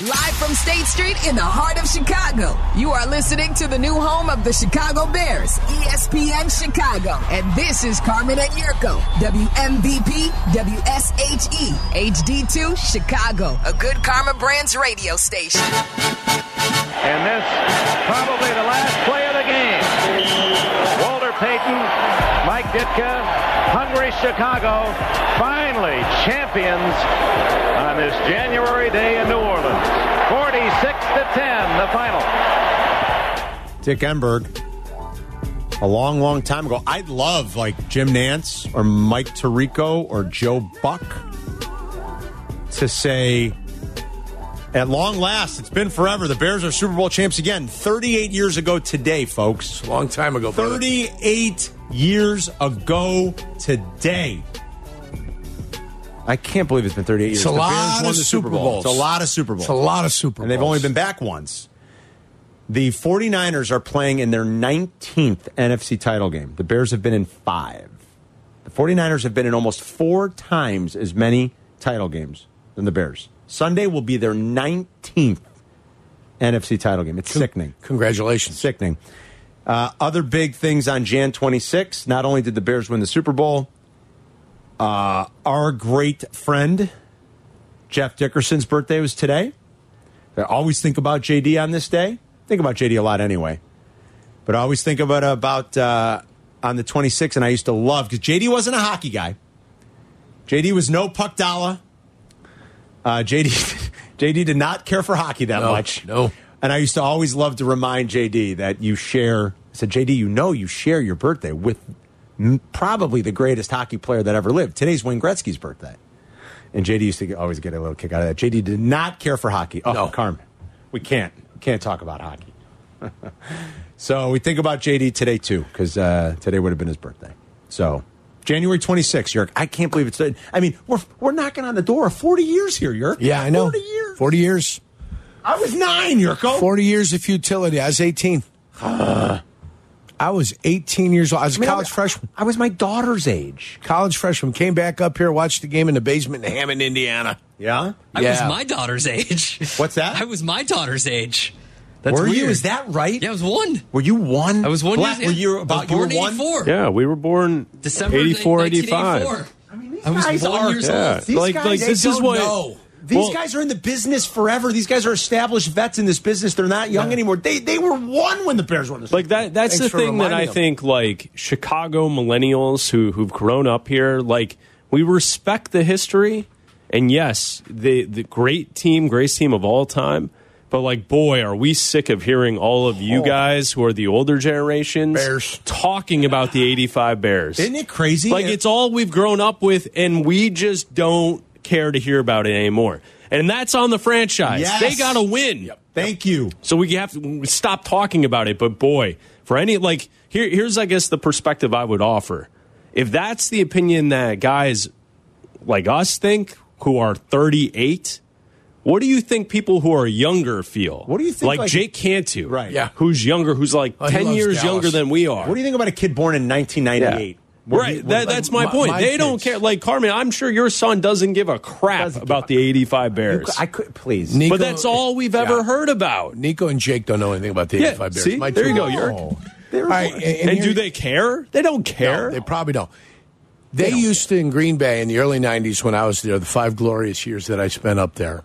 Live from State Street in the heart of Chicago, you are listening to the new home of the Chicago Bears, E ESPN Chicago. And this is Carmen and Yurko, WMVP, WSHE, HD2, Chicago, a good Karma Brands radio station. And this probably the last play of the game. Walter Payton, Mike Ditka, hungry Chicago, finally champions on this January day in New Orleans. 46 to 10, the final. Dick Enberg a long, long time ago. I'd love like Jim Nance or Mike Tirico or Joe Buck to say, at long last, it's been forever. The Bears are Super Bowl champs again. 38 years ago today, folks. Long time ago. brother. 38 years ago today. I can't believe it's been 38 years. It's a The Bears lot won of the Super Bowls. It's a lot of Super Bowls. It's a lot of Super And they've Bowls. only been back once. The 49ers are playing in their 19th NFC title game. The Bears have been in five. The 49ers have been in almost four times as many title games than the Bears. Sunday will be their 19th NFC title game. It's sickening. Congratulations. Sickening. Uh, other big things on Jan 26. Not only did the Bears win the Super Bowl, uh, our great friend Jeff Dickerson's birthday was today. I always think about JD on this day. Think about JD a lot anyway, but I always think about about uh, on the 26th. And I used to love because JD wasn't a hockey guy. JD was no puck dollar. Uh, JD JD did not care for hockey that No, much. no. And I used to always love to remind JD that you share. I said, JD, you know you share your birthday with m- probably the greatest hockey player that ever lived. Today's Wayne Gretzky's birthday. And JD used to get- always get a little kick out of that. JD did not care for hockey. Oh, No. Carmen, we can't can't talk about hockey. so we think about JD today too, because uh, today would have been his birthday. So January 26th, Yerk. I can't believe it's. I mean, we're we're knocking on the door of 40 years here, Yerk. Yeah, I know. 40 years. 40 years. I was nine, Yurko. 40 years of futility. I was 18. I was 18 years old. I was a I mean, I college was- freshman. I was my daughter's age. College freshman. Came back up here, watched the game in the basement in Hammond, Indiana. Yeah. I was Yeah. my daughter's age. What's that? I was my daughter's age. That's were you? weird. Is that right? Yeah, I was one. Were you one? I was one. Black, years, were yeah. you I about was you were born one? 84. Yeah, we were born December eighty four, eighty 1984. five. I mean, these I was guys one are, years Yeah. old. These Like- guys, like, they this is don't what- know. These Well- guys are in the business forever. These guys are established vets in this business. They're not young anymore. They they were one when the Bears won the Super Like that that's Thanks the for thing that reminding I them. think like Chicago millennials who who've grown up here, like we respect the history and yes, the the great team, greatest team of all time. But like, boy, are we sick of hearing all of Oh. you guys who are the older generations Bears. talking about the '85 Bears? Bowl. Isn't it crazy? Like it's all we've grown up with, and we just don't care to hear about it anymore. And that's on the franchise. Yes. They got to win. Thank you. So we have to stop talking about it. But boy, for any like here, here's I guess the perspective I would offer. If that's the opinion that guys like us think, who are 38, what do you think people who are younger feel? What do you think, Like, like- Jake Cantu, Right. Yeah. Who's younger? Who's like Oh, he 10 loves years Dallas. younger than we are? What do you think about a kid born in 1998? Would Right. he- would- that, that's my, my- point. my they don't kids- care. Like Carmen, I'm sure your son doesn't give a crap Doesn't give about a the 85 Bears. I could please. Nico- but that's all we've ever Yeah. heard about. Nico and Jake don't know anything about the Yeah, 85 Bears. see? There you two- go, Yerk. Oh. All right, and, and And, do here- they care? They don't care. No, they probably don't. They, used to in Green Bay in the early '90s when I was there, the five glorious years that I spent up there.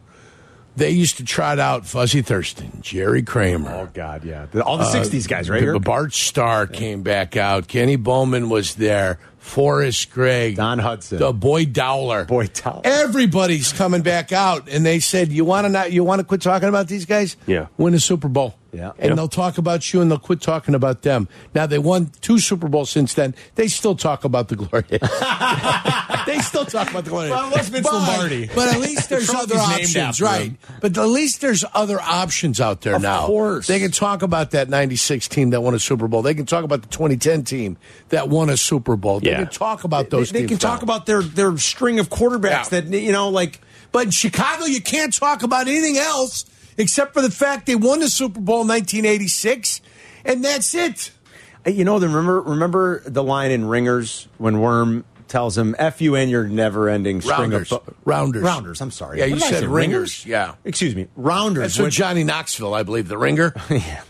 They used to trot out Fuzzy Thurston, Jerry Oh, Kramer, God, yeah. The- Uh, all the 60s guys, right? B- Here? Bart Starr came back out, Kenny Bowman was there, Forrest Gregg, Don Hudson. the boy Dowler, Boy Dowler. Everybody's coming back out, and they said, "You want to not? You want to quit talking about these guys? Yeah. win a Super Bowl. Yeah. and Yeah. they'll talk about you, and they'll quit talking about them. Now they won two Super Bowls since then. They still talk about the glory. they still talk about the glory. Well, unless Vince but, Lombardi. But at least there's Trump other is named options, after right? him. But at least there's other options out there Of now. course. they can talk about that '96 team that won a Super Bowl. They can talk about the 2010 team that won a Super Bowl. They Yeah. can talk about They, those. they teams can now. talk about their, their string of quarterbacks Yeah. that, you know, like. But in Chicago, you can't talk about anything else except for the fact they won the Super Bowl in 1986, and that's it. Hey, You know, the, remember remember the line in Ringers when Worm tells him, "F you and your never-ending string of Rounders. fu- rounders. rounders." I'm sorry. Yeah, What you did I said say, ringers. Yeah. excuse me, rounders. That's what which- Johnny Knoxville, I believe, the ringer.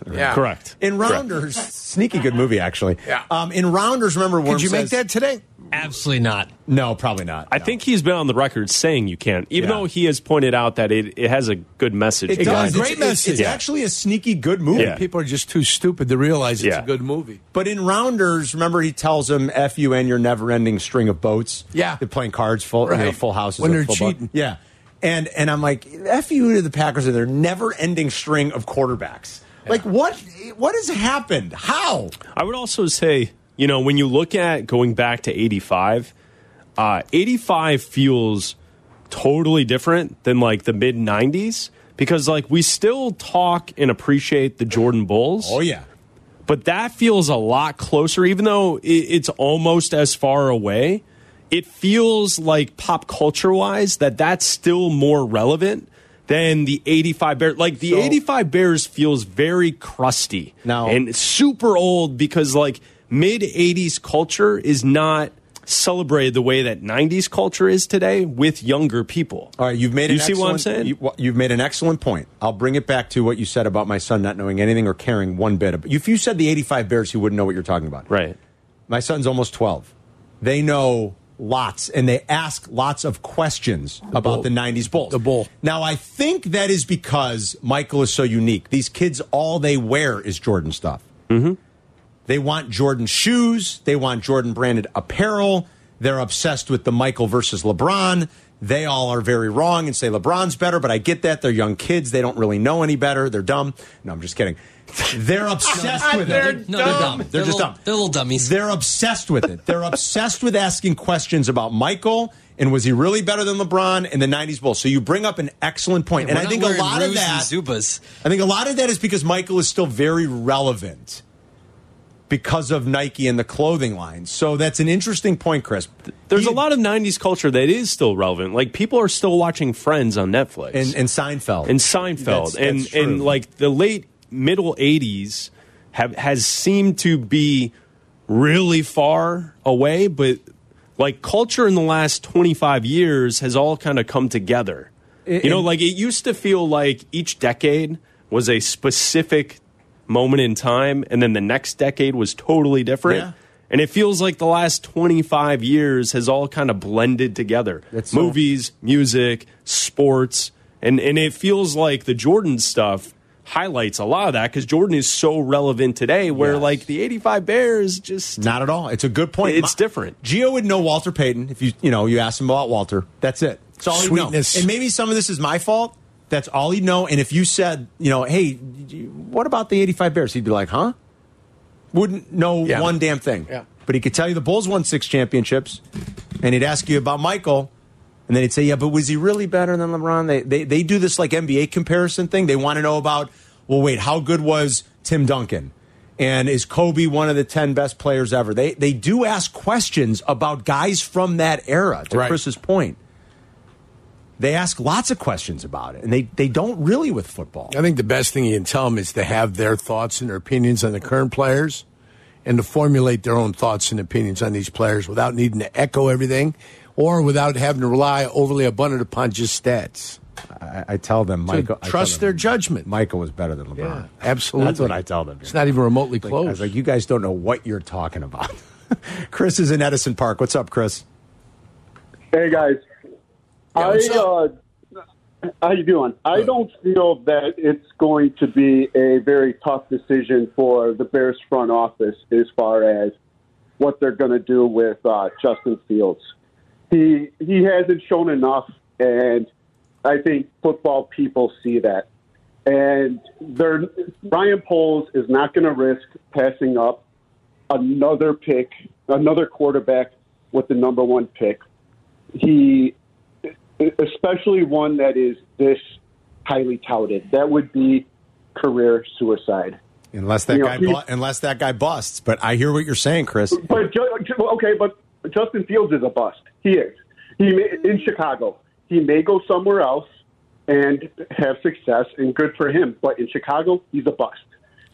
yeah. Correct. in rounders, sneaky good movie actually. Yeah. Um, in rounders, remember when Did you make that today? Absolutely not. No, probably not. I no. think he's been on the record saying you can't, even Yeah. though he has pointed out that it, it has a good message. it, behind does. does. It's, Great it's- message. it's Yeah. actually a sneaky good movie. Yeah. People are just too stupid to realize it's Yeah. a good movie. But in rounders, remember he tells him "F you and your never-ending string of boats." Yeah. they're playing cards, full you know, Right. full houses When of they're full boat. cheating. Yeah, and and I'm like, "F you to the Packers and their never-ending string of quarterbacks." Like what? What has happened? How? I would also say, you know, when you look at going back to 85, uh, 85 feels totally different than like the mid 90s because like we still talk and appreciate the Jordan Bulls. Oh yeah, But that feels a lot closer, even though i- it's almost as far away. It feels like pop culture wise that that's still more relevant than the 85 Bears. Like the So- 85 Bears feels very crusty Now- and super old because like mid 80s culture is not celebrated the way that 90s culture is today with younger people. All right, you've made. An You see what I'm excellent- saying? You, wha- you've made an excellent point. I'll bring it back to what you said about my son not knowing anything or caring one bit. About, if you said the '85 Bears, he wouldn't know what you're talking about. right. My son's almost 12. They know lots and they ask lots of questions about bull. the 90s Bulls. The bull. Now, I think that is because Michael is so unique. These kids, all they wear is Jordan stuff. Mm-hmm. They want Jordan shoes, they want Jordan branded apparel. They're obsessed with the Michael versus LeBron. They all are very wrong and say LeBron's better, but I get that. They're young kids. They don't really know any better. They're dumb. No, I'm just kidding. They're obsessed with it. No, they're dumb. They're just little, dumb. They're little dummies. They're obsessed with it. They're obsessed with asking questions about Michael and was he really better than LeBron in the '90s Bulls. So you bring up an excellent point, and We're I not think a wearing lot of Ruse and that. Zubas. I think a lot of that is because Michael is still very relevant because of Nike and the clothing line. So that's an interesting point, Chris. There's He- a lot of 90s culture that is still relevant. Like people are still watching Friends on Netflix. and, and Seinfeld and Seinfeld That's- and that's and true. like the late middle 80s have has seemed to be really far away but like culture in the last 25 years has all kind of come together. you know like it used to feel like each decade was a specific moment in time and then the next decade was totally different. Yeah. And it feels like the last 25 years has all kind of blended together That's so- movies, music, sports, and and it feels like the Jordan stuff highlights a lot of that because Jordan is so relevant today. Where Yes. like the '85 Bears just Not at all. It's a good point. It's different. Gio would know Walter Payton if you you know you asked him about Walter. That's it. That's all he'd know. Sweetness. And maybe some of this is my fault. That's all he'd know. And if you said you know, hey, what about the '85 Bears? He'd be like, huh? Wouldn't know Yeah. one damn thing. Yeah. But he could tell you the Bulls won six championships, and he'd ask you about Michael. And then he'd say, "Yeah, but was he really better than LeBron?" They they, they do this like NBA comparison thing. They want to know about, well, wait, how good was Tim Duncan, and is Kobe one of the ten best players ever? They they do ask questions about guys from that era. To Right. Chris's point, they ask lots of questions about it, and they they don't really with football. I think the best thing you can tell them is to have their thoughts and their opinions on the current players and to formulate their own thoughts and opinions on these players without needing to echo everything or without having to rely overly abundant upon just stats. I, I tell them, Michael, I tell trust them their judgment. Michael was better than LeBron. absolutely. That's what I tell them. It's not even remotely Like, close. I was like, you guys don't know what you're talking about. Chris is in Edison Park. What's up, Chris? Hey guys, I what's up? uh, how you doing? I don't feel that it's going to be a very tough decision for the Bears front office as far as what they're going to do with uh, Justin Fields. He he hasn't shown enough, and I think football people see that. And they're, Ryan Poles is not going to risk passing up another pick, another quarterback with the number one pick he, especially one that is this highly touted, that would be career suicide. Unless that You know, guy, he- bu- unless that guy busts. But I hear what you're saying, Chris. But Ju- Ju- okay, but Justin Fields is a bust. He is. He may, in Chicago. He may go somewhere else and have success, and good for him. But in Chicago, he's a bust.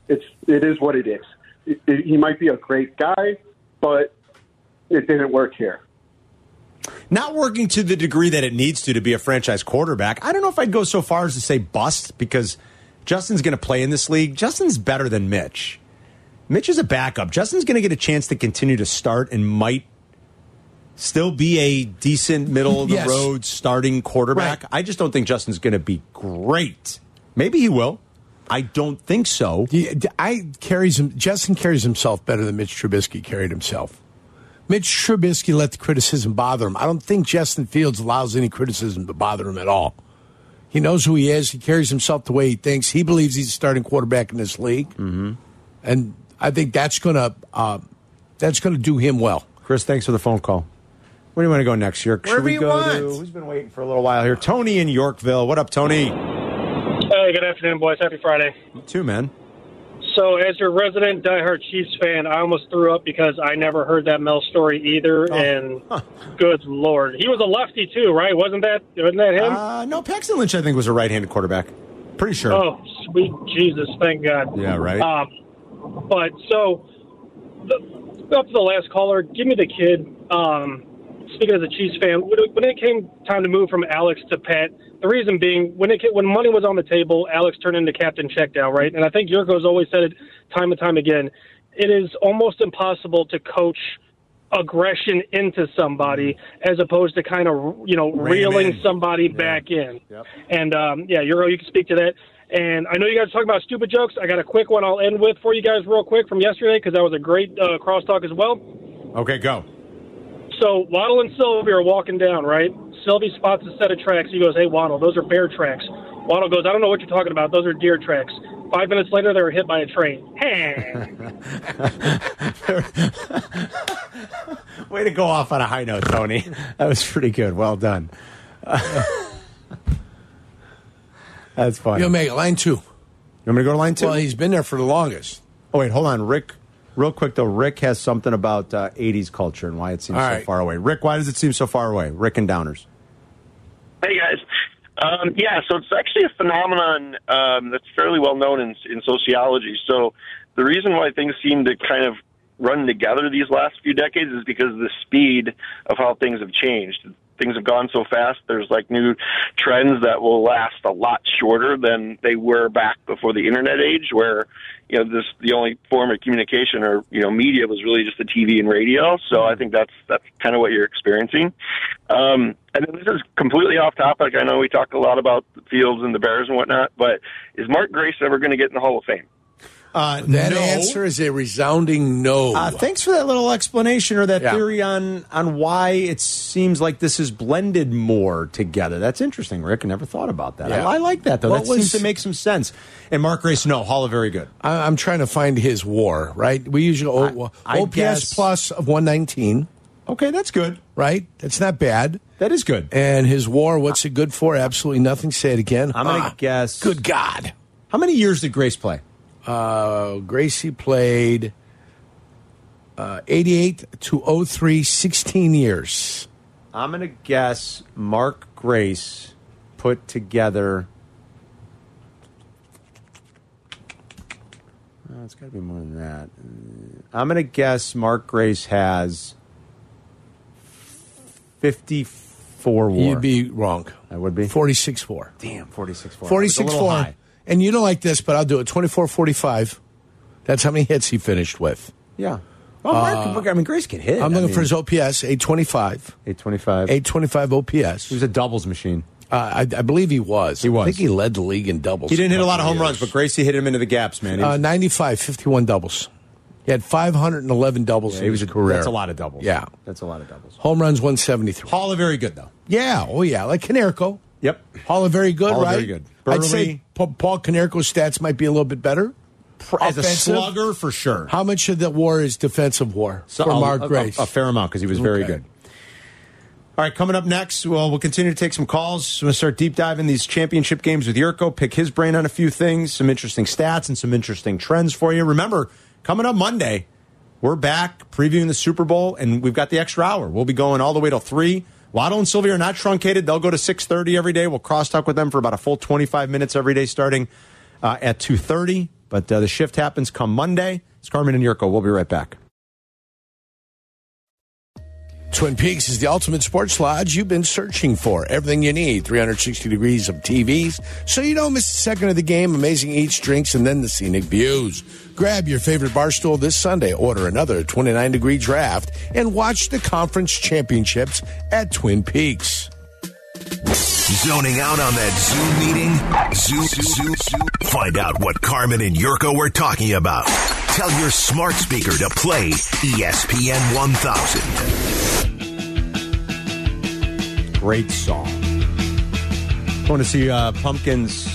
It's it is what it is. It- it- he might be a great guy, but it didn't work here. Not working to the degree that it needs to to be a franchise quarterback. I don't know if I'd go so far as to say bust because Justin's going to play in this league. Justin's better than Mitch. Mitch is a backup. Justin's going to get a chance to continue to start and might still be a decent middle of the Yes. road starting quarterback. Right. I just don't think Justin's going to be great. Maybe he will. I don't think so. He- I carries him. Justin carries himself better than Mitch Trubisky carried himself. Mitch Trubisky let the criticism bother him. I don't think Justin Fields allows any criticism to bother him at all. He knows who he is. He carries himself the way he thinks. He believes he's a starting quarterback in this league, mm-hmm. and I think that's gonna uh, that's gonna do him well. Chris, thanks for the phone call. Where do you want to go next, York? Should Wherever we you go want. to who's been waiting for a little while here? Tony in Yorkville. What up, Tony? Hey, good afternoon, boys. Happy Friday. Two man. So, as your resident diehard Chiefs fan, I almost threw up because I never heard that Mel story either. Oh. And good lord, he was a lefty too, right? Wasn't that wasn't that him? Uh, no, Paxton Lynch, I think, was a right-handed quarterback. Pretty sure. oh, sweet Jesus, thank God. Yeah, right. Um, but so the, up to the last caller, give me the kid. Um, speaking as a Chiefs fan, when it, when it came time to move from Alex to Pat, the reason being when it ca- when money was on the table, Alex turned into captain checkdown, right? And I think Yurko's always said it time and time again. It is almost impossible to coach aggression into somebody as opposed to kind of you know reeling Mm-hmm. in. somebody back in. And um, yeah, Euro, you can speak to that. And I know you guys are talking about stupid jokes. I got a quick one I'll end with for you guys real quick from yesterday because that was a great uh, crosstalk as well. Okay, go. So Waddle and Sylvie are walking down, right? Sylvie spots a set of tracks. He goes, "Hey Waddle, those are bear tracks." Waddle goes, "I don't know what you're talking about. Those are deer tracks." Five minutes later, they were hit by a train. Hey. Way to go off on a high note, Tony. That was pretty good. Well done. That's fine. You'll You make it line two. want me to go to line two? Well, he's been there for the longest. Oh wait, hold on, Rick. Real quick though, Rick has something about uh, '80s culture and why it seems All so right. far away. Rick, why does it seem so far away? Rick and Downers. Hey guys. Um, yeah, so it's actually a phenomenon um, that's fairly well known in, in sociology. So the reason why things seem to kind of run together these last few decades is because of the speed of how things have changed. Things have gone so fast. There's like new trends that will last a lot shorter than they were back before the internet age, where you know this the only form of communication or you know media was really just the TV and radio. So I think that's that's kind of what you're experiencing. Um, and then this is completely off topic. I know we talk a lot about the Fields and the Bears and whatnot, but is Mark Grace ever going to get in the Hall of Fame? Uh, That answer is a resounding no. Uh, thanks for that little explanation or that Yeah. theory on on why it seems like this is blended more together. That's interesting, Rick. I never thought about that. Yeah. I, I like that though. What that seems was- to make some sense. And Mark Grace, no, Hall of very good. I- Uh, I'm trying to find his war, right? We usually o- I OPS guess- plus of 119, Okay, that's good. right? That's not bad. That is good. And his war, what's it good for? Absolutely nothing. Say it again. I'm gonna Ah, guess- Good God. How many years did Grace play? Uh, Gracie played uh, 88 to 03, 16 years. I'm gonna guess Mark Grace put together. Oh, it's got to be more than that. Uh, I'm gonna guess Mark Grace has 54 war. You'd be wrong. I would be. 46 4. Damn, 46 4. 46 4. And you don't like this, but I'll do it. 24 45. That's how many hits he finished with. Yeah. Well, Mark, I mean, Grace can hit. Uh, I'm I looking mean, for his OPS, 825. 825. 825 OPS. He was a doubles machine. Uh, I, I believe he was. He was. I think he led the league in doubles. He didn't hit a lot of home Yes. runs, but Gracie hit him into the gaps, man. He Uh, was, 95, 51 doubles. He had 511 doubles in he was his a, career. That's a lot of doubles. Yeah. That's a lot of doubles. Home runs 173. Hall of very good, though. Yeah. Oh, yeah. Like Canerco. Yep. Hall of very good, Hall of right? very good. I'd say Burley. Pa- Paul Canerco's stats might be a little bit better. As a Offensive. slugger, for sure. How much of that war is defensive war So- for a- Mark a- Grace? A, fair amount because he was very Okay. good. All right, coming up next, well, we'll continue to take some calls. We're going to start deep diving these championship games with Yurko, pick his brain on a few things, some interesting stats, and some interesting trends for you. Remember, coming up Monday, we're back previewing the Super Bowl, and we've got the extra hour. We'll be going all the way till 3. Waddle and Sylvia are not truncated. They'll go to 6.30 every day. We'll crosstalk with them for about a full 25 minutes every day starting uh, at 2.30. But uh, the shift happens come Monday. It's Carmen and Yurko. We'll be right back. Twin Peaks is the ultimate sports lodge you've been searching for. Everything you need 360 degrees of TVs, so you don't miss a second of the game, amazing eats, drinks, and then the scenic views. Grab your favorite bar stool this Sunday, order another 29 degree draft, and watch the conference championships at Twin Peaks. Zoning out on that Zoom meeting? Zoom, Zoom, Zoom. Find out what Carmen and Yurko were talking about. Tell your smart speaker to play E ESPN 1000. Great song. Going to see uh, Pumpkins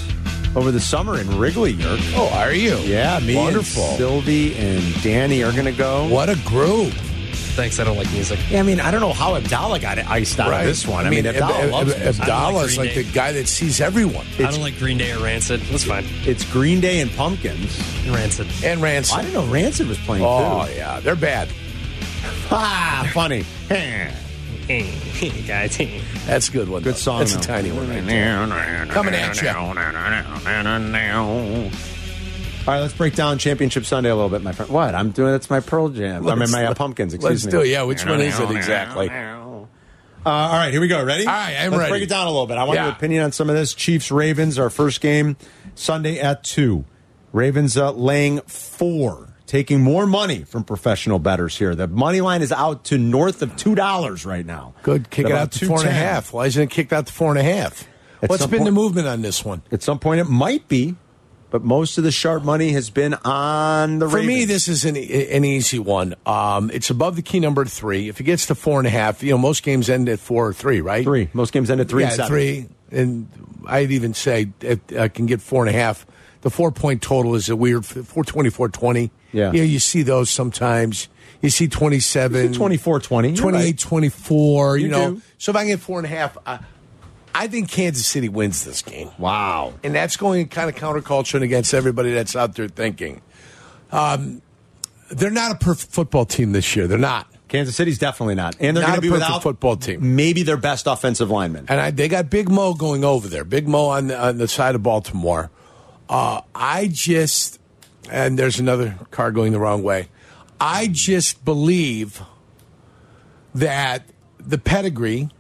over the summer in Wrigley, York. Oh, are you? Yeah, me Wonderful. and Sylvie and Danny are going to go. What a group. Thanks. I don't like music. Yeah, I mean, I don't know how Abdallah got iced out of this one. I, mean, Abdallah Ab- loves Ab- this. Abdallah's I don't like like the Green guy that sees everyone. I don't like Green Day or Rancid. That's fine. It's Green Day and Pumpkins. Rancid. And I Ransom. didn't know Rancid was playing Oh, too. yeah. They're bad. Ah, funny. Guys. That's a good one. Good though. song, That's a though. tiny one. Right there. Coming Coming at you. All right, let's break down Championship Sunday a little bit, my friend. What I'm doing? That's my Pearl Jam. I mean, Let's- my uh, Pumpkins. Let's Excuse me. do it. Yeah, which one is it exactly? Uh, all right, here we go. Ready? All right, I'm Let's ready. break it down a little bit. I want Yeah. your opinion on some of this. Chiefs Ravens, our first game Sunday at two. Ravens uh, laying four, taking more money from professional betters here. The money line is out to north of two dollars right now. Good. Kick At it about out to four and a 210. half. Why isn't it kicked out to four and a half? At What's some been the point- movement on this one? At some point, it might be, but most of the sharp money has been on the For me, Ravens. this is an, e, an easy one. Um, it's above the key number three. If it gets to four and a half, you know, most games end at four or three, right? three. Most games end at three. yeah, and seven. three. And I'd even say it uh, can get four and a half. The four point total is a weird four twenty four twenty. Yeah. you, know, you see those sometimes. You see twenty seven, 24 20. 28 24. You, You know, do. so if I can get four and a half, I, I think Kansas City wins this game. Wow. And that's going kind of counterculture and against everybody that's out there thinking. Um, they're not a perfect football team this year. They're not. Kansas City's definitely not. And they're Not going to be a perfect without football team. Maybe their best offensive lineman. And I, they got Big Mo going over there. Big Mo on the, on the side of Baltimore. Uh, I just, and there's another car going the wrong way. I just believe that the pedigree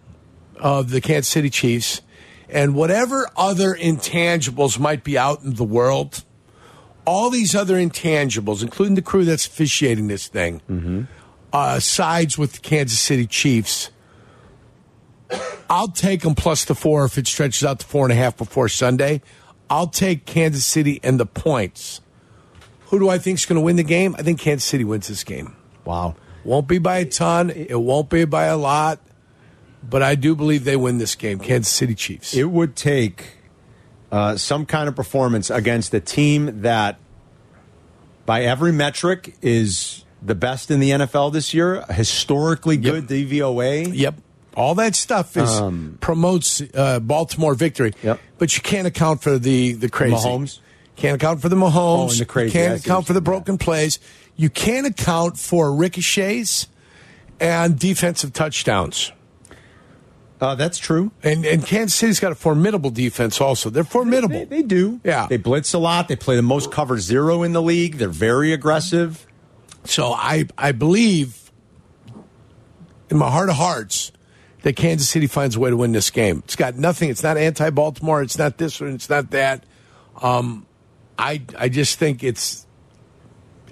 of the Kansas City Chiefs and whatever other intangibles might be out in the world, all these other intangibles, including the crew that's officiating this thing, uh, sides with the Kansas City Chiefs. I'll take them plus the four if it stretches out to four and a half before Sunday. I'll take Kansas City and the points. Who do I think is going to win the game? I think Kansas City wins this game. Wow. Won't be by a ton. It won't be by a lot. But I do believe they win this game, Kansas City Chiefs. It would take uh, some kind of performance against a team that, by every metric, is the best in the NFL this year, historically good DVOA. Yep. All that stuff is Um, promotes uh, Baltimore victory. Yep. But you can't account for the the crazy Mahomes? Can't account for the Mahomes. Oh, and the crazy. You I can't see account what for the you mean, yeah. broken plays. You can't account for ricochets and defensive touchdowns. Uh, that's true. And and Kansas City's got a formidable defense. Also, they're formidable. They, they do. Yeah. They blitz a lot. They play the most cover zero in the league. They're very aggressive. So I I believe in my heart of hearts that Kansas City finds a way to win this game. It's got nothing. It's not anti-Baltimore. It's not this one. It's not that. Um, I I just think it's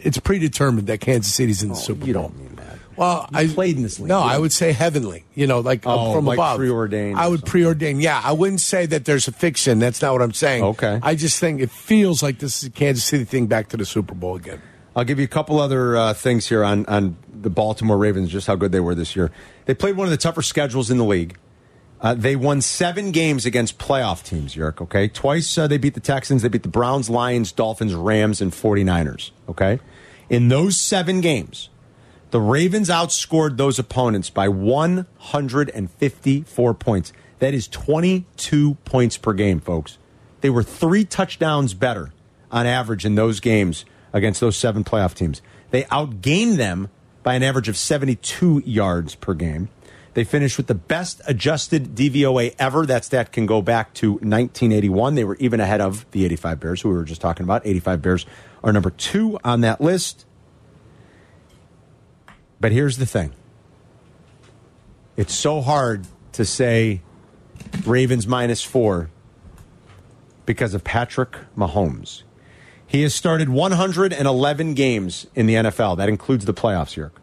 it's predetermined that Kansas City's in the Super Bowl. Oh, You don't mean that. Well, You I played in this league, No, yeah. I would say heavenly. You know, like uh, Oh, from like above, preordained I or would something. preordain. Yeah, I wouldn't say that there's a fiction. That's not what I'm saying. Okay. I just think it feels like this is a Kansas City thing back to the Super Bowl again. I'll give you a couple other uh, things here on, on the Baltimore Ravens, just how good they were this year. They played one of the tougher schedules in the league. Uh, they won seven games against playoff teams, Yerk, okay? Twice uh, they beat the Texans, they beat the Browns, Lions, Dolphins, Rams, and 49ers, okay? In those seven games, the Ravens outscored those opponents by 154 points. That is 22 points per game, folks. They were three touchdowns better on average in those games against those seven playoff teams. They outgained them by an average of 72 yards per game. They finished with the best adjusted DVOA ever. That stat can go back to 1981. They were even ahead of the 85 Bears, who we were just talking about. 85 Bears are number two on that list. But here's the thing It's so hard to say Ravens minus four because of Patrick Mahomes. He has started 111 games in the NFL. That includes the playoffs, Yerk.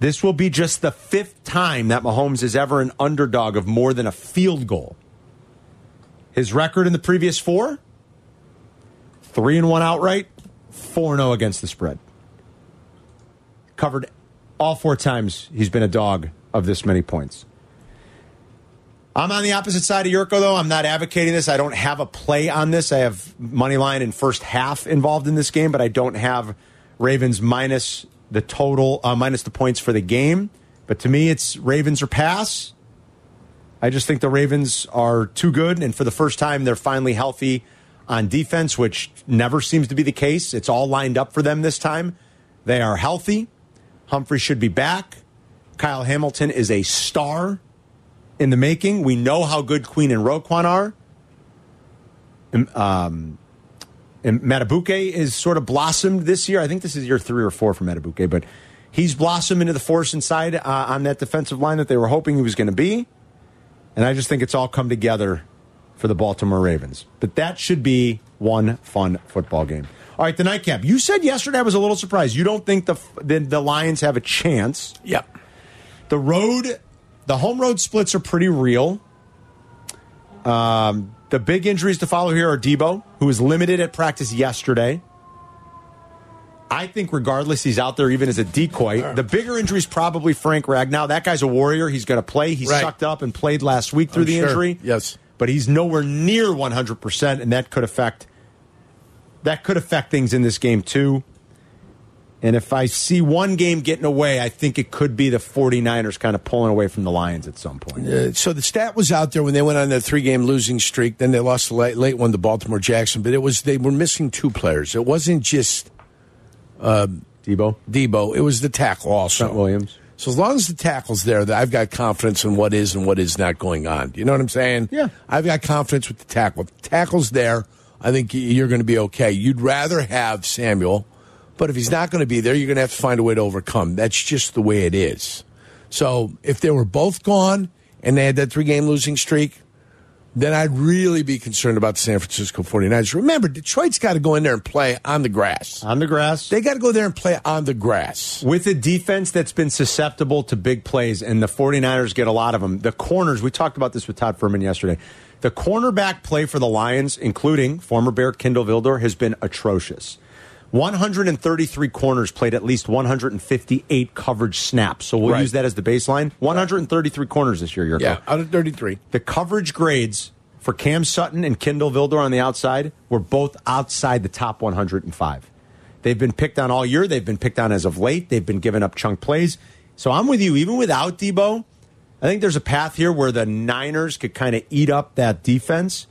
This will be just the fifth time that Mahomes is ever an underdog of more than a field goal. His record in the previous four three and one outright, four and zero against the spread. Covered all four times he's been a dog of this many points. I'm on the opposite side of Yurko, though. I'm not advocating this. I don't have a play on this. I have money line and first half involved in this game, but I don't have Ravens minus the total, uh, minus the points for the game. But to me, it's Ravens or pass. I just think the Ravens are too good, and for the first time, they're finally healthy on defense, which never seems to be the case. It's all lined up for them this time. They are healthy. Humphrey should be back. Kyle Hamilton is a star in the making. We know how good Queen and Roquan are. Um, um, and Matabuke is sort of blossomed this year. I think this is year three or four for Matabuke, but he's blossomed into the force inside uh, on that defensive line that they were hoping he was going to be. And I just think it's all come together for the Baltimore Ravens. But that should be one fun football game. All right, the nightcap. You said yesterday I was a little surprised. You don't think the the, the Lions have a chance. Yep. The road, the home road splits are pretty real. Um, the big injuries to follow here are Debo, who was limited at practice yesterday. I think, regardless, he's out there even as a decoy. The bigger injury is probably Frank Ragnow. That guy's a warrior. He's going to play. He Right. sucked up and played last week through I'm the sure. injury Yes. but he's nowhere near 100% and that could affect that could affect things in this game too and if i see one game getting away i think it could be the 49ers kind of pulling away from the lions at some point Uh, so the stat was out there when they went on that three-game losing streak. Then they lost the late, late one to Baltimore Jackson, but it was they were missing two players. It wasn't just um, debo Debo; it was the tackle also. Trent Williams. So as long as the tackle's there, that I've got confidence in what is and what is not going on. You know what I'm saying? Yeah. I've got confidence with the tackle. If the tackle's there, I think y- you're going to be okay. You'd rather have Samuel, but if he's not going to be there, you're going to have to find a way to overcome. That's just the way it is. So if they were both gone and they had that three game losing streak, then I'd really be concerned about the San Francisco 49ers. Remember, Detroit's got to go in there and play on the grass. on the grass They got to go there and play on the grass. with a defense that's been susceptible to big plays and the 49ers get a lot of them the corners we talked about this with todd furman yesterday the cornerback play for the lions including former bear kendall vildor has been atrocious 133 corners played at least 158 coverage snaps so we'll Right. use that as the baseline 133 corners this year Yurko. Yeah, out of 33. the coverage grades for Cam Sutton and Kendall Vildor on the outside were both outside the top 105. They've been picked on all year. They've been picked on as of late. They've been giving up chunk plays. So I'm with you. Even without Debo, I think there's a path here where the Niners could kind of eat up that defense.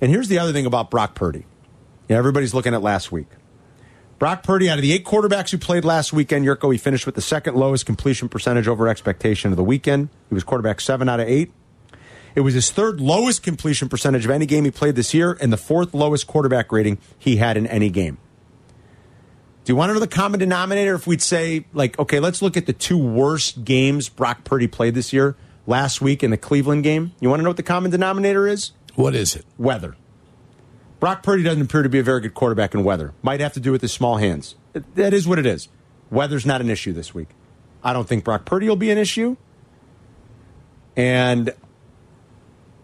And here's the other thing about Brock Purdy. You know, everybody's looking at last week. Brock Purdy, out of the eight quarterbacks who played last weekend, Yurko, he finished with the second lowest completion percentage over expectation of the weekend. He was quarterback seven out of eight. It was his third lowest completion percentage of any game he played this year and the fourth lowest quarterback rating he had in any game. Do you want to know the common denominator if we'd say, like, okay, let's look at the two worst games Brock Purdy played this year last week in the Cleveland game? You want to know what the common denominator is? What is it? Weather. Brock Purdy doesn't appear to be a very good quarterback in weather. Might have to do with his small hands. That- That is what it is. Weather's not an issue this week. I don't think Brock Purdy will be an issue. And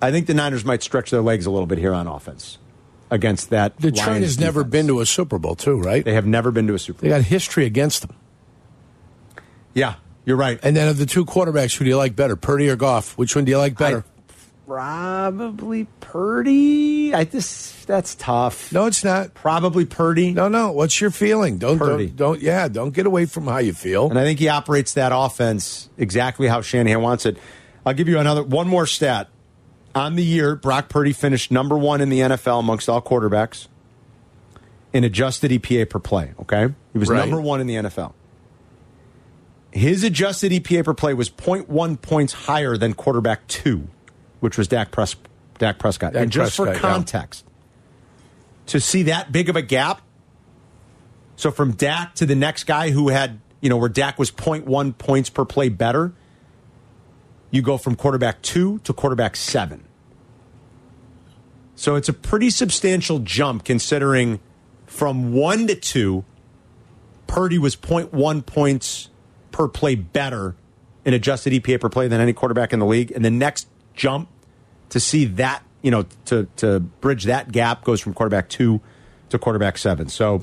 I think the Niners might stretch their legs a little bit here on offense against that. Detroit Lions has never defense. been to a Super Bowl, too, right? They have never been to a Super They Bowl. got history against them. yeah, you're right. And then of the two quarterbacks, who do you like better, Purdy or Goff? Which one do you like better? Probably Purdy. I just that's tough. no, it's not. Probably Purdy. No, no. What's your feeling? Don't, Purdy. don't, don't. Yeah, don't get away from how you feel. And I think he operates that offense exactly how Shanahan wants it. I'll give you another one more stat. On the year, Brock Purdy finished number one in the NFL amongst all quarterbacks in adjusted EPA per play. Okay. He was Right. number one in the NFL. His adjusted EPA per play was 0.1 points higher than quarterback two, which was Dak, Pres- Dak Prescott. Dak and just for Prescott, yeah. context, to see that big of a gap. So from Dak to the next guy who had, you know, where Dak was 0.1 points per play better, you go from quarterback two to quarterback seven. So it's a pretty substantial jump considering from one to two, Purdy was 0.1 points per play better in adjusted EPA per play than any quarterback in the league. And the next jump to see that, you know, to, to bridge that gap goes from quarterback two to quarterback seven. So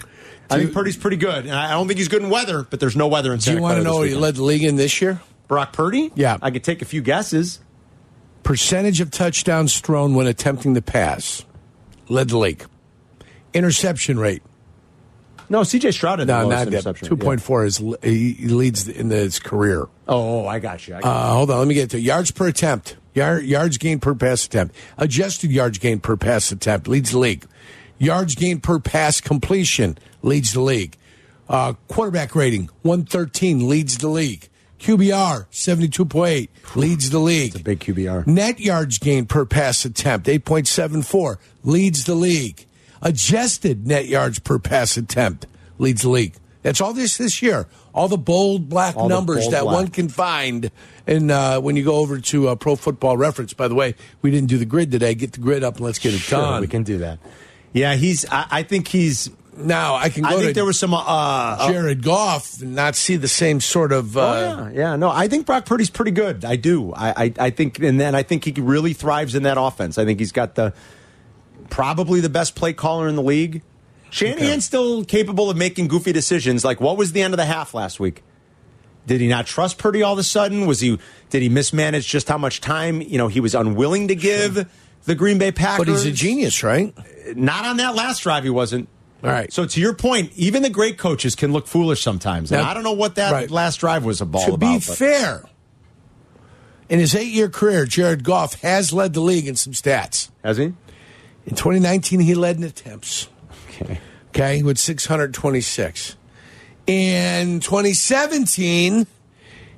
I think Purdy's pretty good. And I don't think he's good in weather, but there's no weather in Do Santa you want to Clara this know weekend. what he led the league in this year? Brock Purdy? Yeah. I could take a few guesses. Percentage of touchdowns thrown when attempting the pass led the league. Interception rate. No, CJ Stroud had the No, lowest not that. interception. Two point four is he he leads in his career. Yeah. Oh, oh, I got you. I got you. Uh, hold on, let me get to yards per attempt. Yard, yards gained per pass attempt. Adjusted yards gained per pass attempt leads the league. Yards gained per pass completion leads the league. Uh, quarterback rating 113 leads the league. QBR 72.8 leads the league. Big QBR. Net yards gained per pass attempt, 8.74, leads the league. Adjusted net yards per pass attempt leads the league. That's all this this year. All the bold black All the numbers bold that black. one can find. And uh, when you go over to uh, Pro Football Reference, by the way, we didn't do the grid today. Get the grid up and let's get it Sure, done. we can do that. Yeah, he's. I, I think he's. now I can go I to think there was some. Uh, uh, Jared Goff and not see the same sort of. Uh, oh, yeah, yeah. No, I think Brock Purdy's pretty good. I do. I, I, I think, and then I think he really thrives in that offense. I think he's got the probably the best play caller in the league. Shanahan's still capable of making goofy decisions. Like, what was the end of the half last week? Did he not trust Purdy all of a sudden? Was he? Did he mismanage just how much time you know he was unwilling to give the Green Bay Packers? But he's a genius, right? Not on that last drive, he wasn't. All right. So to your point, even the great coaches can look foolish sometimes. And Now- I don't know what that Right. last drive was a ball to about. be but- fair, in his eight year career, Jared Goff has led the league in some stats. Has he? In 2019, he led in attempts, Okay. okay, with 626. In 2017,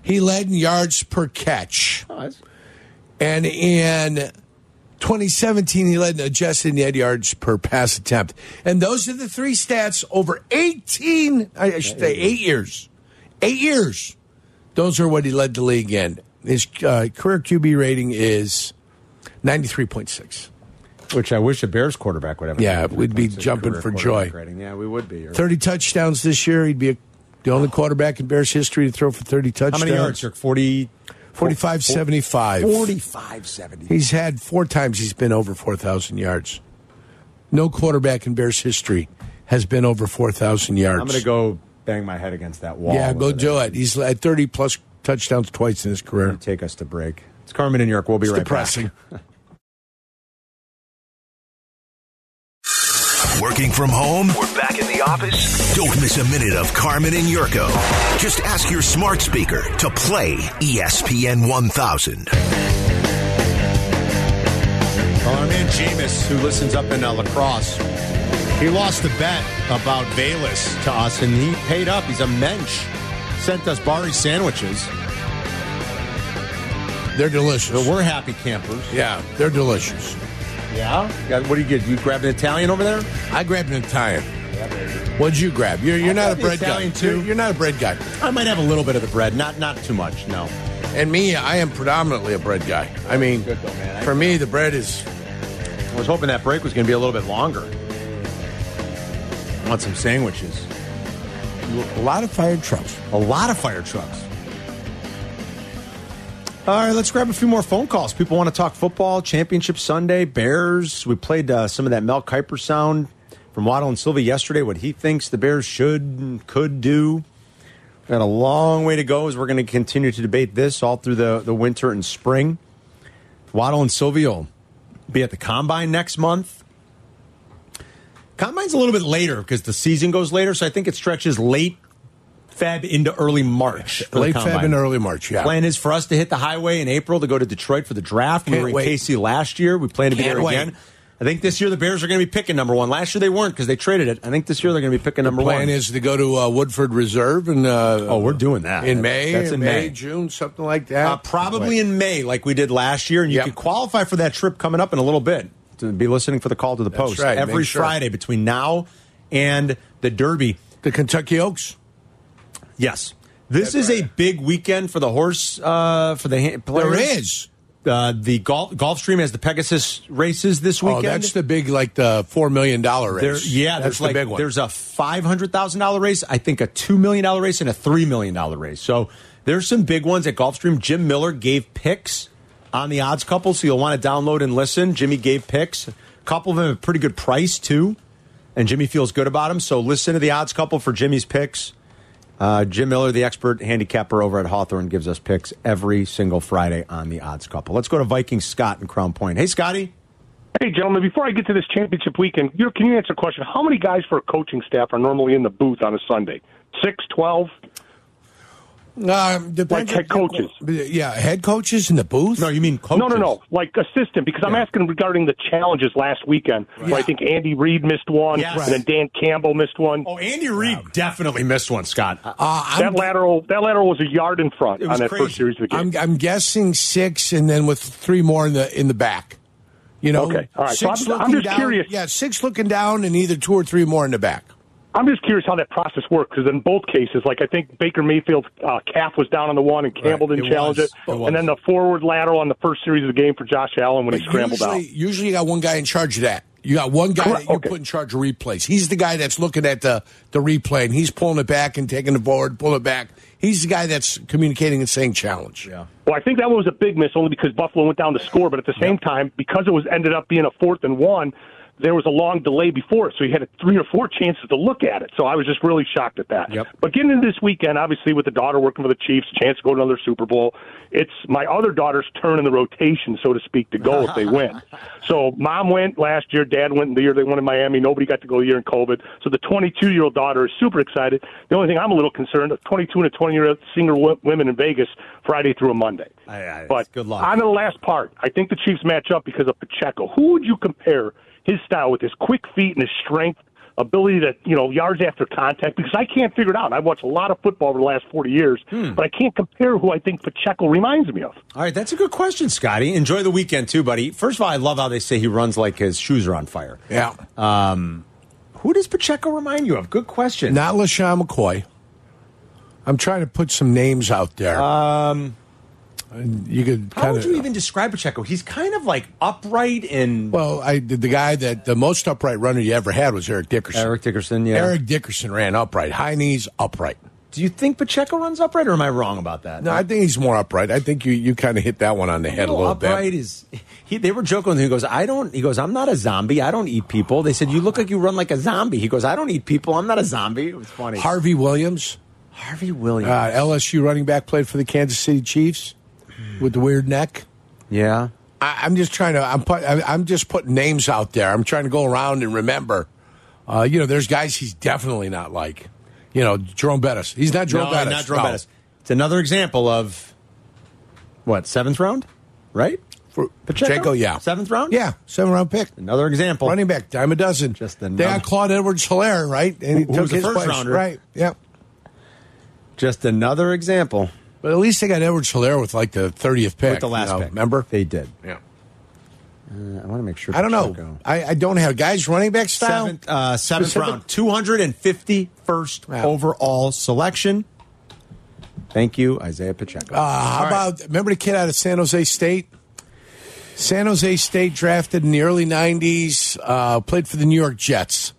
he led in yards per catch. Oh, And in 2017, he led in adjusted net yards per pass attempt. And those are the three stats over 18, I I should say, eight years. Eight years. Those are what he led the league in. His uh, career QB rating is 93.6. Which I wish a Bears quarterback would have. Yeah, we'd be jumping Career for quarterback joy. rating. Yeah, we would be. 30 touchdowns this year. He'd be a, the only quarterback in Bears history to throw for 30 How touchdowns. many yards? Kirk? 40, 45 75. 45, 70. He's had four times he's been over 4,000 yards. No quarterback in Bears history has been over 4,000 yards. I'm going to go bang my head against that wall. Yeah, go over there. do it. He's had 30 plus touchdowns twice in his career. Take us to break. It's Carmen and York. We'll be It's right depressing. back. Working from home? We're back in the office. Don't miss a minute of Carmen and Yurko. Just ask your smart speaker to play E ESPN 1000. Well, our man Jameis, who listens up in uh, lacrosse, he lost a bet about Bayless to us, and he paid up. He's a mensch. Sent us Bari sandwiches. They're delicious. So we're happy campers. Yeah, they're delicious. Yeah. Got, what do you get? You grab an Italian over there? I grabbed an Italian. What'd you grab? You're, you're I not a grabbed the bread guy. Italian, too. You're, you're not a bread guy. I might have a little bit of the bread, not not too much. No. And me, I am predominantly a bread guy. I mean, Good though, man. I- for me, the bread is I was hoping that break was going to be a little bit longer. I want some sandwiches. a lot of fire trucks. A lot of fire trucks. All right, let's grab a few more phone calls. People want to talk football, championship Sunday, Bears. We played uh, some of that Mel Kiper sound from Waddle and Sylvia yesterday, what he thinks the Bears should and could do. Got a long way to go as we're going to continue to debate this all through the, the winter and spring. Waddle and Sylvia will be at the Combine next month. Combine's a little bit later because the season goes later, so I think it stretches late Feb into early March. for the Late Feb Combine. and early March, yeah. Plan is for us to hit the highway in April to go to Detroit for the draft. we Can't were in wait. KC last year. We plan to be Can't there wait. again. I think this year the Bears are going to be picking number one. Last year they weren't because they traded it. I think this year they're going to be picking number plan one. is to go to uh, Woodford Reserve and uh, Oh, we're doing that. That's- in May. that's in May. June, something like that. uh, probably in May, like we did last year, and you Yep. can qualify for that trip coming up in a little bit. To be listening for the call to the That's post right. every Make sure. Friday between now and the Derby. the Kentucky Oaks. Yes. This is a big weekend for the horse uh, for the ha- players. is. Uh, the golf golf stream has the Pegasus races this Oh, weekend. that's the big, like the four million dollar There- race. yeah, that's there's the like big one. there's a five hundred thousand dollar race, I think a two million dollar race, and a three million dollar race. So there's some big ones at Gulfstream. Jim Miller gave picks on the odds couple, so you'll want to download and listen. Jimmy gave picks, a couple of them at a pretty good price too, and Jimmy feels good about them. So listen to the odds couple for Jimmy's picks. Uh, Jim Miller, the expert handicapper over at Hawthorne, gives us picks every single Friday on the odds couple. Let's go to Viking Scott in Crown Point. Hey, Scotty. Hey, gentlemen, before I get to this championship weekend, you know, can you answer a question? How many guys for a coaching staff are normally in the booth on a Sunday? Six, twelve? Um, Like depends head on- coaches. Yeah, head coaches in the booth. No, you mean No, no, no. Like assistant, because I'm asking regarding the challenges last weekend. Where I think Andy Reid missed one, Yes. and then Dan Campbell missed one. Oh, Andy Reid definitely missed one, Scott. that lateral, that lateral was a yard in front Uh, It on was that crazy. first series of the game. I'm, I'm guessing six, and then with three more in the in the back. You know, Okay. All right. So 6 I'm- I'm looking just down- curious. Yeah, six looking down, and either two or three more in the back. I'm just curious how that process worked because in both cases, like I think Baker Mayfield's uh, calf was down on the one and Campbell Right, didn't it challenge was. it, It was. and then the forward lateral on the first series of the game for Josh Allen when he scrambled usually, out. usually, you got one guy in charge of that. You got one guy Correct. that you Okay. put in charge of replays. He's the guy that's looking at the the replay, and he's pulling it back and taking it forward, pulling it back. He's the guy that's communicating and saying challenge. Yeah. Well, I think that was a big miss only because Buffalo went down to score, but at the same time, because it was ended up being a fourth and one, there was a long delay before it, so you had three or four chances to look at it. So I was just really shocked at that. Yep. But getting into this weekend, obviously with the daughter working for the Chiefs, chance to go to another Super Bowl. It's my other daughter's turn in the rotation, so to speak, to go if they win. So mom went last year, dad went the year they won in Miami. Nobody got to go the year in COVID. So the 22 year old daughter is super excited. The only thing I'm a little concerned: a 22 and a 20 year old single wo- women in Vegas Friday through a Monday. but good luck. On to the last part, I think the Chiefs match up because of Pacheco. Who would you compare his style with his quick feet and his strength? Ability to you know yards after contact because I can't figure it out. I've watched a lot of football over the last forty years, Hmm. but I can't compare who I think Pacheco reminds me of. All right, that's a good question, Scotty. Enjoy the weekend too, buddy. First of all, I love how they say he runs like his shoes are on fire. Yeah. Um, who does Pacheco remind you of? Good question. Not LaShawn McCoy. I'm trying to put some names out there. Um, And you could how kind would you of. even describe Pacheco? He's kind of like upright and Well, I did the guy that the most upright runner you ever had was Eric Dickerson. Eric Dickerson. Yeah. Eric Dickerson ran upright, high knees upright. do you think Pacheco runs upright, or am I wrong about that? No, I think he's more upright. I think you, you kind of hit that one on the head a little upright bit. is. He, they were joking with him. He goes, "I don't." He goes, "I'm not a zombie. I don't eat people." They said, "You look like you run like a zombie." He goes, "I don't eat people. I'm not a zombie." It was funny. Harvey Williams, Harvey Williams. uh, LSU running back, played for the Kansas City Chiefs with the weird neck. yeah. I, I'm just trying to. I'm put. I, I'm just putting names out there. I'm trying to go around and remember. Uh, you know, there's guys he's definitely not like. You know, Jerome Bettis. He's not Jerome no, Bettis. Not Jerome no. Bettis. It's another example of what seventh round, right? For Pacheco? yeah. seventh round, Yeah, seven round pick. Another example. Running back, dime a dozen. Just the another- They got Claude Edwards Hilaire, right? And he Who took was the his first place. rounder. Right, yeah. Just another example. But at least they got Edwards Hilaire with like the 30th pick. With the last you know, pick, Remember? they did. Yeah. Uh, I want to make sure. I don't know. Pacheco- I, I don't have guys running back style. Seventh, uh, seventh Specific- round, two hundred and fifty first Wow. overall selection. Thank you, Isaiah Pacheco. Uh, how about remember the kid out of San Jose State? San Jose State drafted in the early '90s. Uh, played for the New York Jets.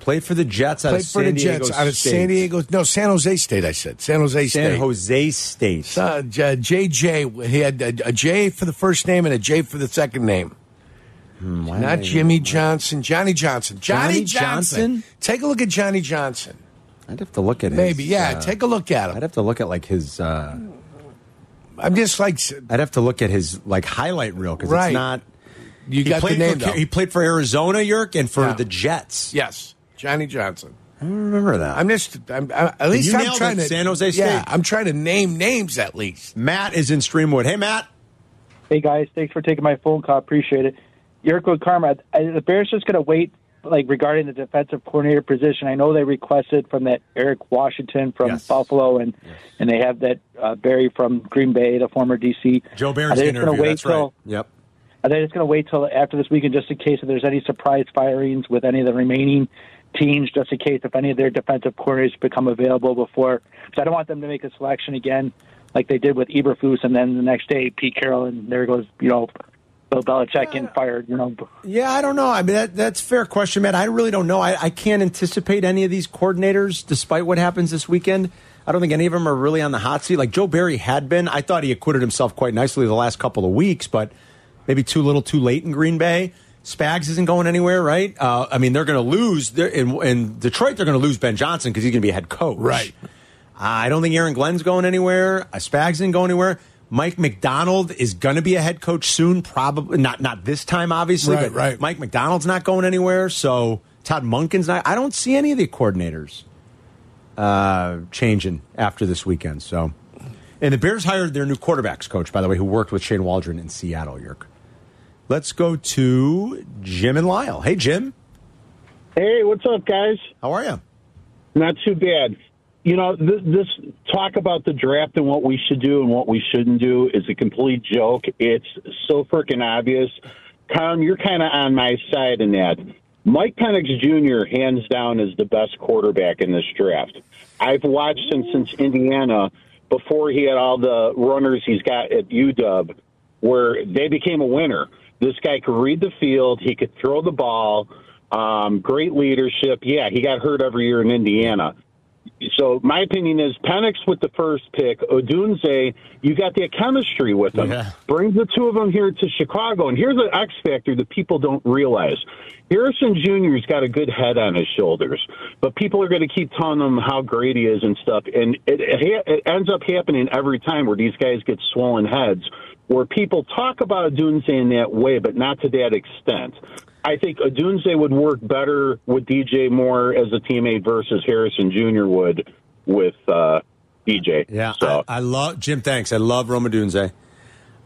Played for the Jets out Played of for San the Diego Jets out of State. San Diego. No, San Jose State. I said San Jose State. San Jose State. Uh, J- JJ. He had a, a J for the first name and a J for the second name. Hmm, why Not am I- Jimmy Johnson. Johnny Johnson. Johnny Johnny, Johnson. Johnson? Take a look at Johnny Johnson. I'd have to look at his, Maybe. yeah. uh, take a look at him. I'd have to look at like his. Uh, I'm just like s- I'd have to look at his like highlight reel because Right. it's not. you got the played name for, though. He played for Arizona, York, and for Yeah. the Jets. yes, Johnny Johnson. I don't remember that. I'm just. I'm, I, at least you I'm nailed trying it, to San Jose Yeah, State. I'm trying to name names at least. Matt is in Streamwood. Hey, Matt. Hey guys, thanks for taking my phone call. Appreciate it. Yurko Karma, I- the Bears just going to wait, like regarding the defensive coordinator position. I know they requested from that Eric Washington from Yes. Buffalo, and and they have that uh, Barry from Green Bay, the former DC. Joe Are Barron's they just going interview. to wait That's right. till? Yep. Are they just going to wait till after this weekend, just in case if there's any surprise firings with any of the remaining teams just in case if any of their defensive coordinators become available before. Because I don't want them to make a selection again like they did with Eberflus, and then the next day Pete Carroll, and there goes you know Bill Belichick in fired. You know, Yeah, I don't know. I mean, that, that's a fair question, man. I really don't know. I, I can't anticipate any of these coordinators, despite what happens this weekend. I don't think any of them are really on the hot seat. Like Joe Barry had been. I thought he acquitted himself quite nicely the last couple of weeks, but maybe too little, too late in Green Bay. Spags isn't going anywhere, right? Uh, I mean, they're going to lose. They're, in, in Detroit, they're going to lose Ben Johnson because he's going to be head coach. Right. I don't think Aaron Glenn's going anywhere. Uh, Spags didn't go anywhere. Mike McDonald is going to be a head coach soon, probably not not this time, obviously. Right, but Mike McDonald's not going anywhere. So Todd Munkin's not. I don't see any of the coordinators uh, changing after this weekend. So, and the Bears hired their new quarterbacks coach, by the way, who worked with Shane Waldron in Seattle. Yerk. Let's go to Jim and Lyle. Hey, Jim. Hey, what's up, guys? How are you? Not too bad. You know, this, this talk about the draft and what we should do and what we shouldn't do is a complete joke. It's so freaking obvious. Carm, you're kind of on my side in that. Mike Penix Jr., hands down, is the best quarterback in this draft. I've watched him since Indiana before he had all the runners he's got at UW, where they became a winner. This guy could read the field, he could throw the ball, um, great leadership. Yeah, he got hurt every year in Indiana. So my opinion is Penix with the first pick, Odunze, you got that chemistry with them. Bring the two of them here to Chicago. And here's the X factor that people don't realize. Harrison Jr.'s got a good head on his shoulders, but people are going to keep telling him how great he is and stuff. And it, it, it ends up happening every time where these guys get swollen heads, where people talk about Odunze in that way, but not to that extent. I think Odunze would work better with DJ Moore as a teammate versus Harrison Jr. would with uh, DJ. Yeah, I, I love Jim. Thanks. I love Roma Dunze.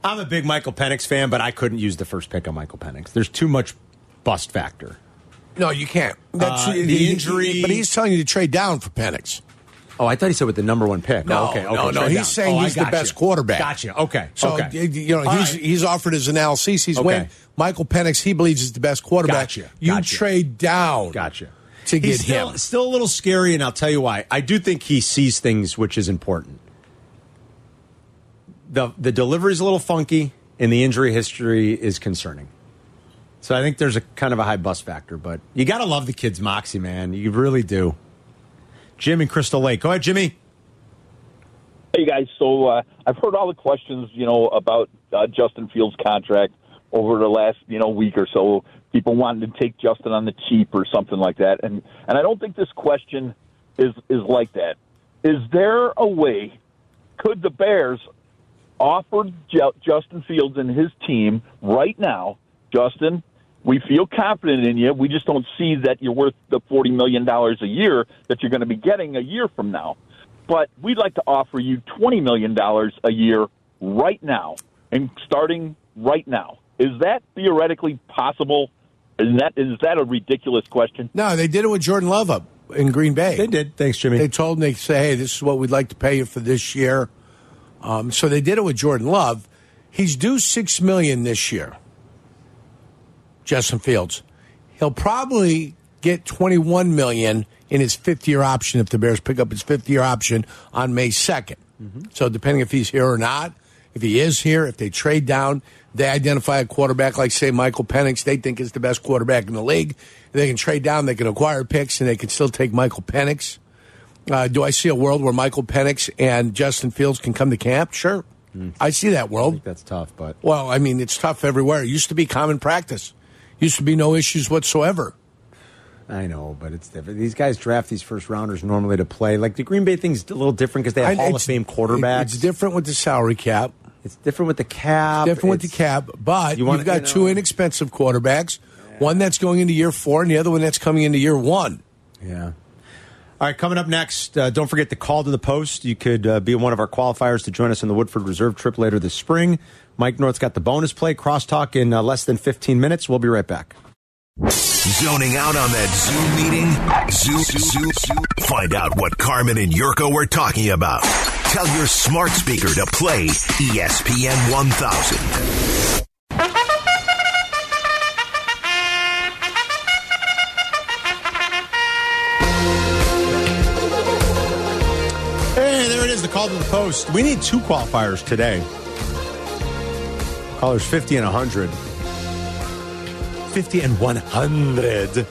I'm a big Michael Penix fan, but I couldn't use the first pick on Michael Penix. There's too much bust factor. No, you can't. Uh, the he- he- injury- But he's telling you to trade down for Penix. Oh, I thought he said with the number one pick. No, Oh, okay, okay, no, no. trade He's down. saying Oh, I he's the gotcha. best quarterback. Gotcha. Okay. So okay. y- you know All he's right. he's offered his analysis. He's Okay. when Michael Penix he believes is the best quarterback. Gotcha, You gotcha. trade down. Gotcha. To He's get still, him. still a little scary, and I'll tell you why. I do think he sees things, which is important. the The delivery's a little funky, and the injury history is concerning. So I think there's a kind of a high bust factor, but you got to love the kid's moxie, man. You really do. Jim and Crystal Lake. Go ahead, Jimmy. Hey guys, so uh, I've heard all the questions, you know, about uh, Justin Fields' contract over the last, you know, week or so. People wanting to take Justin on the cheap or something like that, and and I don't think this question is is like that. Is there a way? Could the Bears offer Ju- Justin Fields and his team right now? Justin, we feel confident in you. We just don't see that you're worth the forty million dollars a year that you're going to be getting a year from now but we'd like to offer you $20 million a year right now and starting right now. Is that theoretically possible? Is that, is that a ridiculous question? No, they did it with Jordan Love up in Green Bay. They did. Thanks, Jimmy. They told him they say, "Hey, this is what we'd like to pay you for this year." Um, so they did it with Jordan Love. He's due six million this year. Justin Fields, he'll probably get twenty-one million in his fifth-year option if the Bears pick up his fifth-year option on May 2nd Mm-hmm. So depending if he's here or not, if he is here, if they trade down, they identify a quarterback like say Michael Penix, they think is the best quarterback in the league. They can trade down, they can acquire picks, and they can still take Michael Penix. Uh, do I see a world where Michael Penix and Justin Fields can come to camp? Sure, I see that Hmm. world. that's tough, but well, I mean, it's tough everywhere. It used to be common practice. Used to be no issues whatsoever. I know, but it's different. These guys draft these first rounders normally to play. Like the Green Bay thing's a little different because they have I- Hall of it's- Fame quarterbacks. It's different with the salary cap. It's different with the cap. different with the cap, but you have got two inexpensive quarterbacks. One that's going into year four, and the other one that's coming into year one. Yeah. All right, coming up next, uh, don't forget the call to the post. You could uh, be one of our qualifiers to join us on the Woodford Reserve trip later this spring. Mike North's got the bonus play crosstalk in uh, less than 15 minutes. We'll be right back. Zoning out on that Zoom meeting? Zoo, zoo, zoo. Find out what Carmen and Yurko were talking about. Tell your smart speaker to play E ESPN 1000. it is the call to the post. We need two qualifiers today. Callers 50 and 100. 50 and 100.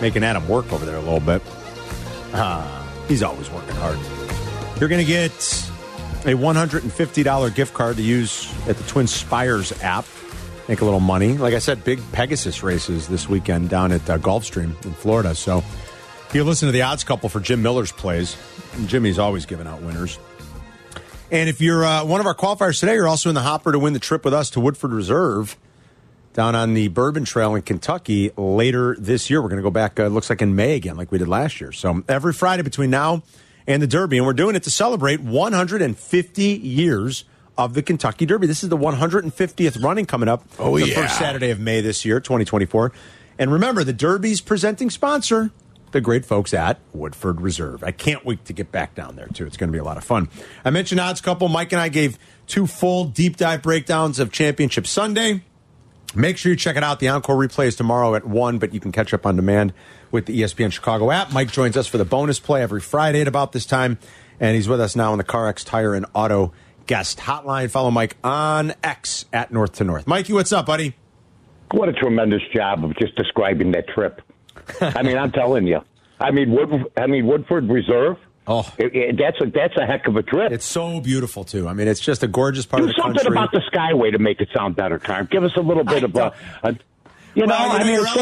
Making Adam work over there a little bit. Ah, he's always working hard. You're going to get a $150 gift card to use at the Twin Spires app. Make a little money. Like I said, big Pegasus races this weekend down at uh, Gulfstream in Florida. So if you listen to the odds couple for Jim Miller's plays, Jimmy's always giving out winners. And if you're uh, one of our qualifiers today, you're also in the hopper to win the trip with us to Woodford Reserve down on the Bourbon Trail in Kentucky later this year. We're going to go back, uh, looks like in May again, like we did last year. So every Friday between now and the Derby. And we're doing it to celebrate 150 years of the Kentucky Derby. This is the 150th running coming up. Oh, the yeah. first Saturday of May this year, 2024. And remember, the Derby's presenting sponsor, the great folks at Woodford Reserve. I can't wait to get back down there, too. It's going to be a lot of fun. I mentioned odds couple. Mike and I gave two full deep dive breakdowns of Championship Sunday. Make sure you check it out. The encore replay is tomorrow at 1, but you can catch up on demand with the E ESPN Chicago app. Mike joins us for the bonus play every Friday at about this time, and he's with us now on the CarX Tire and Auto Guest Hotline. Follow Mike on X at North to North. Mikey, what's up, buddy? What a tremendous job of just describing that trip. I mean, I'm telling you. I mean, Wood, I mean Woodford Reserve. Oh, that's a that's a heck of a trip. It's so beautiful too. I mean, it's just a gorgeous part Do of the something country. about the Skyway to make it sound better, Carm. Give us a little bit of a, a you know. Well, I mean, you're it's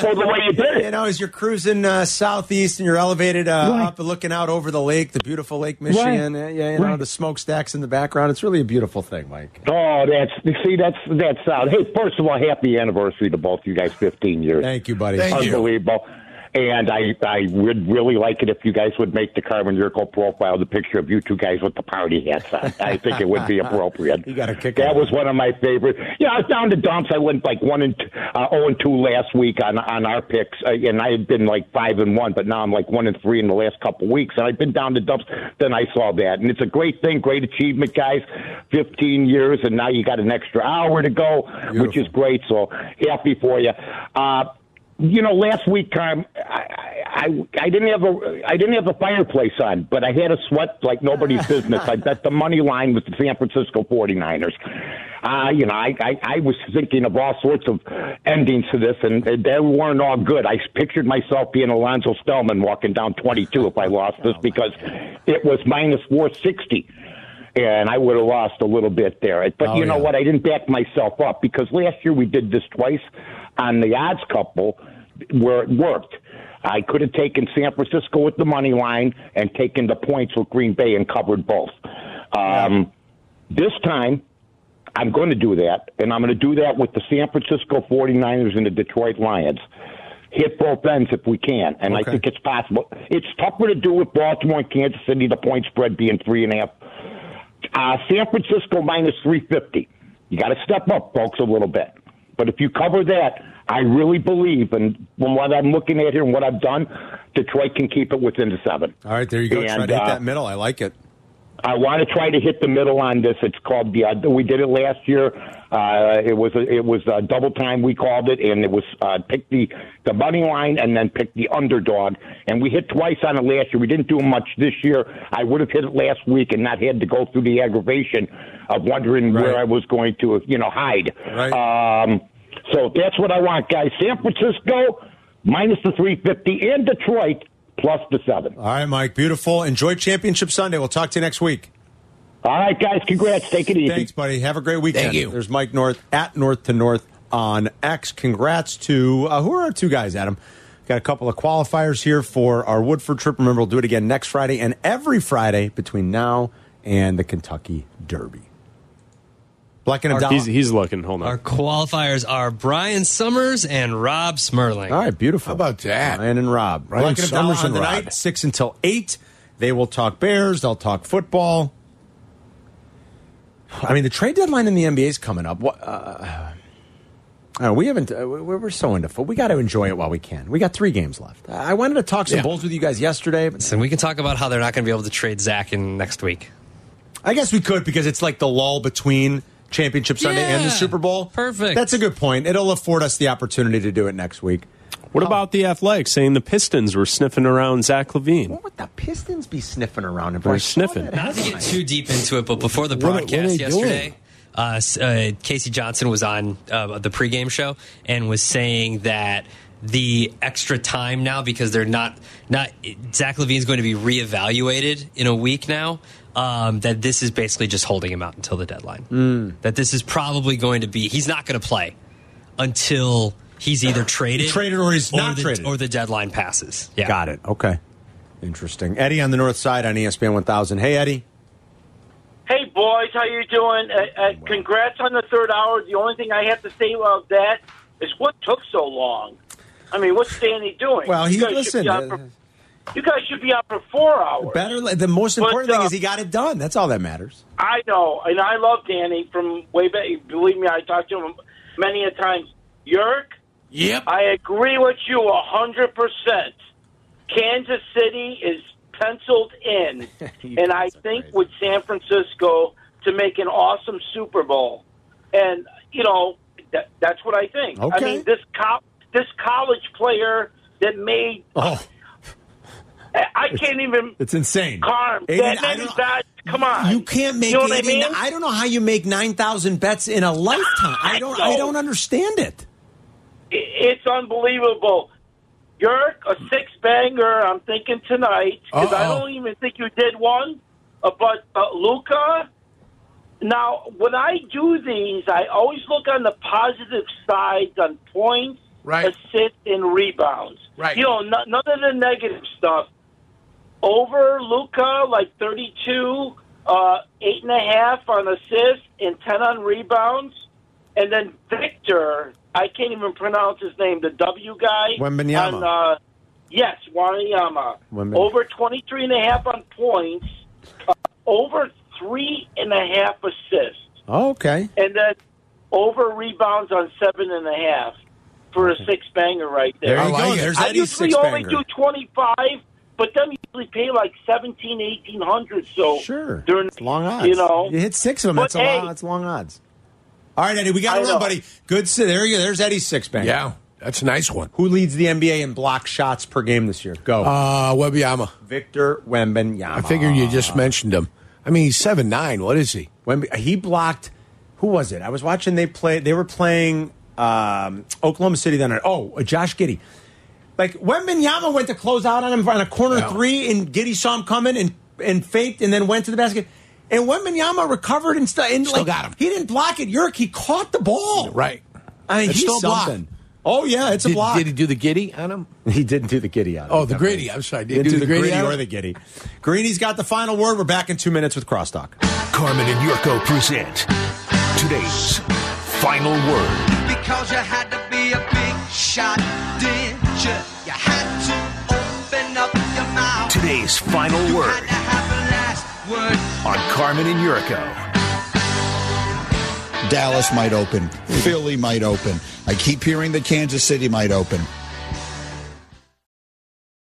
so beautiful elevated up- the way you did it. You know, as you're cruising uh, southeast and you're elevated uh, Right. up and looking out over the lake, the beautiful Lake Michigan. Right. uh, Yeah, you know, Right. the smokestacks in the background. It's really a beautiful thing, Mike. Oh, that's you see, that's that's sound. Hey, first of all, happy anniversary to both you guys. Fifteen years. Thank you, buddy. Thank you. Unbelievable. And I, I would really like it if you guys would make the Carmen Yurko profile the picture of you two guys with the party hats on. I think it would be appropriate. You got a kick. That was one of my favorite. Yeah, I was down to dumps. I went like one and t- uh, zero and two last week on on our picks, uh, and I had been like five and one, but now I'm like one and three in the last couple weeks, and I've been down to dumps. Then I saw that, and it's a great thing, great achievement, guys. Fifteen years, and now you got an extra hour to go, which is great. So happy for you. Uh, you know, last week Carm, I, I I didn't have a I didn't have a fireplace on, but I had a sweat like nobody's business. I bet the money line with the San Francisco 49ers. Uh, you know, I, I I was thinking of all sorts of endings to this, and they weren't all good. I pictured myself being Alonzo Stellman walking down 22 if I lost this because it was minus 460 and I would have lost a little bit there. But Oh, you know yeah. what? I didn't back myself up because last year we did this twice on the odds couple where it worked. I could have taken San Francisco with the money line and taken the points with Green Bay and covered both. Um, This time, I'm going to do that, and I'm going to do that with the San Francisco 49ers and the Detroit Lions. Hit both ends if we can, and I think it's possible. It's tougher to do with Baltimore and Kansas City, the point spread being three and a half. Uh, San Francisco minus 350. You got to step up, folks, a little bit. But if you cover that, I really believe, and from what I'm looking at here and what I've done, Detroit can keep it within the seven. All right, there you go. Try And, to hit uh, that middle. I like it. I want to try to hit the middle on this. It's called the. Uh, we did it last year. Uh, it was it was uh, double time. We called it, and it was uh, pick the the money line and then pick the underdog. And we hit twice on it last year. We didn't do much this year. I would have hit it last week and not had to go through the aggravation of wondering where I was going to you know hide. Right. Um, so that's what I want, guys. San Francisco minus the three fifty, and Detroit plus the seven. All right, Mike. Beautiful. Enjoy Championship Sunday. We'll talk to you next week. All right, guys. Congrats. Take it easy. Thanks, buddy. Have a great weekend. Thank you. There's Mike North at North to North on X. Congrats to uh, who are our two guys, Adam? Got a couple of qualifiers here for our Woodford trip. Remember, we'll do it again next Friday and every Friday between now and the Kentucky Derby. Blackenham Dollar. He's, he's looking. Hold on. Our qualifiers are Brian Summers and Rob Smirling. All right, beautiful. How about that? Ryan and Rob. Brian Blackenham Dollar Summers on and the Rob. night, six until eight. They will talk Bears. They'll talk football. I mean, the trade deadline in the NBA is coming up. What? Uh, uh, we haven't. Uh, we- we're so into football. We got to enjoy it while we can. We got three games left. I wanted to talk some Yeah. Bulls with you guys yesterday, but And we can talk about how they're not going to be able to trade Zach in next week. I guess we could because it's like the lull between Championship Sunday and the Yeah. Super Bowl. Perfect. That's a good point. It'll afford us the opportunity to do it next week. What about the Athletics saying the Pistons were sniffing around Zach Levine? What would the Pistons be sniffing around? They're sniffing. Not to get too deep into it, but before the What are- what are broadcast they yesterday, doing? uh, s- uh, Casey Johnson was on uh, the pregame show and was saying that the extra time now because they're not not Zach Levine's going to be reevaluated in a week now. Um, that this is basically just holding him out until the deadline. That this is probably going to be he's not going to play until he's either traded, Traded or he's not the, traded. or the deadline passes. Yeah. Got it. Okay. Interesting. Eddie on the north side on E ESPN 1000. Hey, Eddie. Hey boys, how you doing? Uh, uh, congrats on the third hour. The only thing I have to say about that is what took so long. I mean, what's Danny doing? Well, he- you guys should be listen, uh, out for, you guys should be out for four hours. Better. The most important But, thing uh, is he got it done. That's all that matters. I know, and I love Danny from way back. Believe me, I talked to him many a times. Yerk, Yep. I agree with you a hundred percent. Kansas City is penciled in, and I think with San Francisco to make an awesome Super Bowl, and you know that, that's what I think. I Okay. mean this cop, this college player that made Oh, I, I can't even it's insane. Carm Aiden, that I many don't- bats. Come on, You can't make You know what I 80 mean? I don't know how you make 9,000 bets in a lifetime. I don't I know. don't understand it. It- It's unbelievable. Yerk, a six banger, I'm thinking tonight, because I Uh-oh. don't even think you did one. Uh, but uh, Luca, now, when I do these, I always look on the positive sides on points, assists, and rebounds. Right. You know, no, none of the negative stuff. Over Luca, like 32, uh, 8.5 on assists, and 10 on rebounds. And then Victor, I can't even pronounce his name, the W guy. Wembanyama. On, uh, yes, Wanyama. Wemby. Over 23 and a half on points, uh, over three and a half assists, Oh, okay. and then over rebounds on seven and a half for a six banger right there. There you I go. like it. There's I Eddie's usually six only banger. do 25, but them usually pay like 17, 1800. So Sure. during It's long odds. you know, you hit six of them. But That's a hey, lot. That's long odds. All right, Eddie, we got I to run, know. buddy. Good. si- There you go. There's Eddie's six bang. Yeah, that's a nice one. Who leads the NBA in block shots per game this year? Go. Uh, Webbyama. Victor Wembanyama. I figure you just Ah. mentioned him. I mean, he's seven nine. What is he? When he blocked, who was it? I was watching. They play. They were playing um, Oklahoma City that night. Oh, uh, Josh Giddy. Like Wembenyama went to close out on him on a corner three, and Giddy saw him coming and and faked, and then went to the basket. And Wembenyama recovered and, st- and Still like, got him. He didn't block it. Yurk. He caught the ball. Right. I mean, It's he's still a block. something. Oh yeah, it's did, a block. Did he do the giddy on him? He didn't do the giddy out. of Oh, it, the definitely. gritty. I'm sorry. Did he Didn't do the gritty gritty out or of the it? giddy. Greeny's got the final word. We're back in two minutes with crosstalk. Carmen and Yurko present today's final word. Because you had to be a big shot, did you? You had to open up your mouth. Today's final word Last word. on Carmen and Yurko. Dallas might open. Philly might open. I keep hearing that Kansas City might open.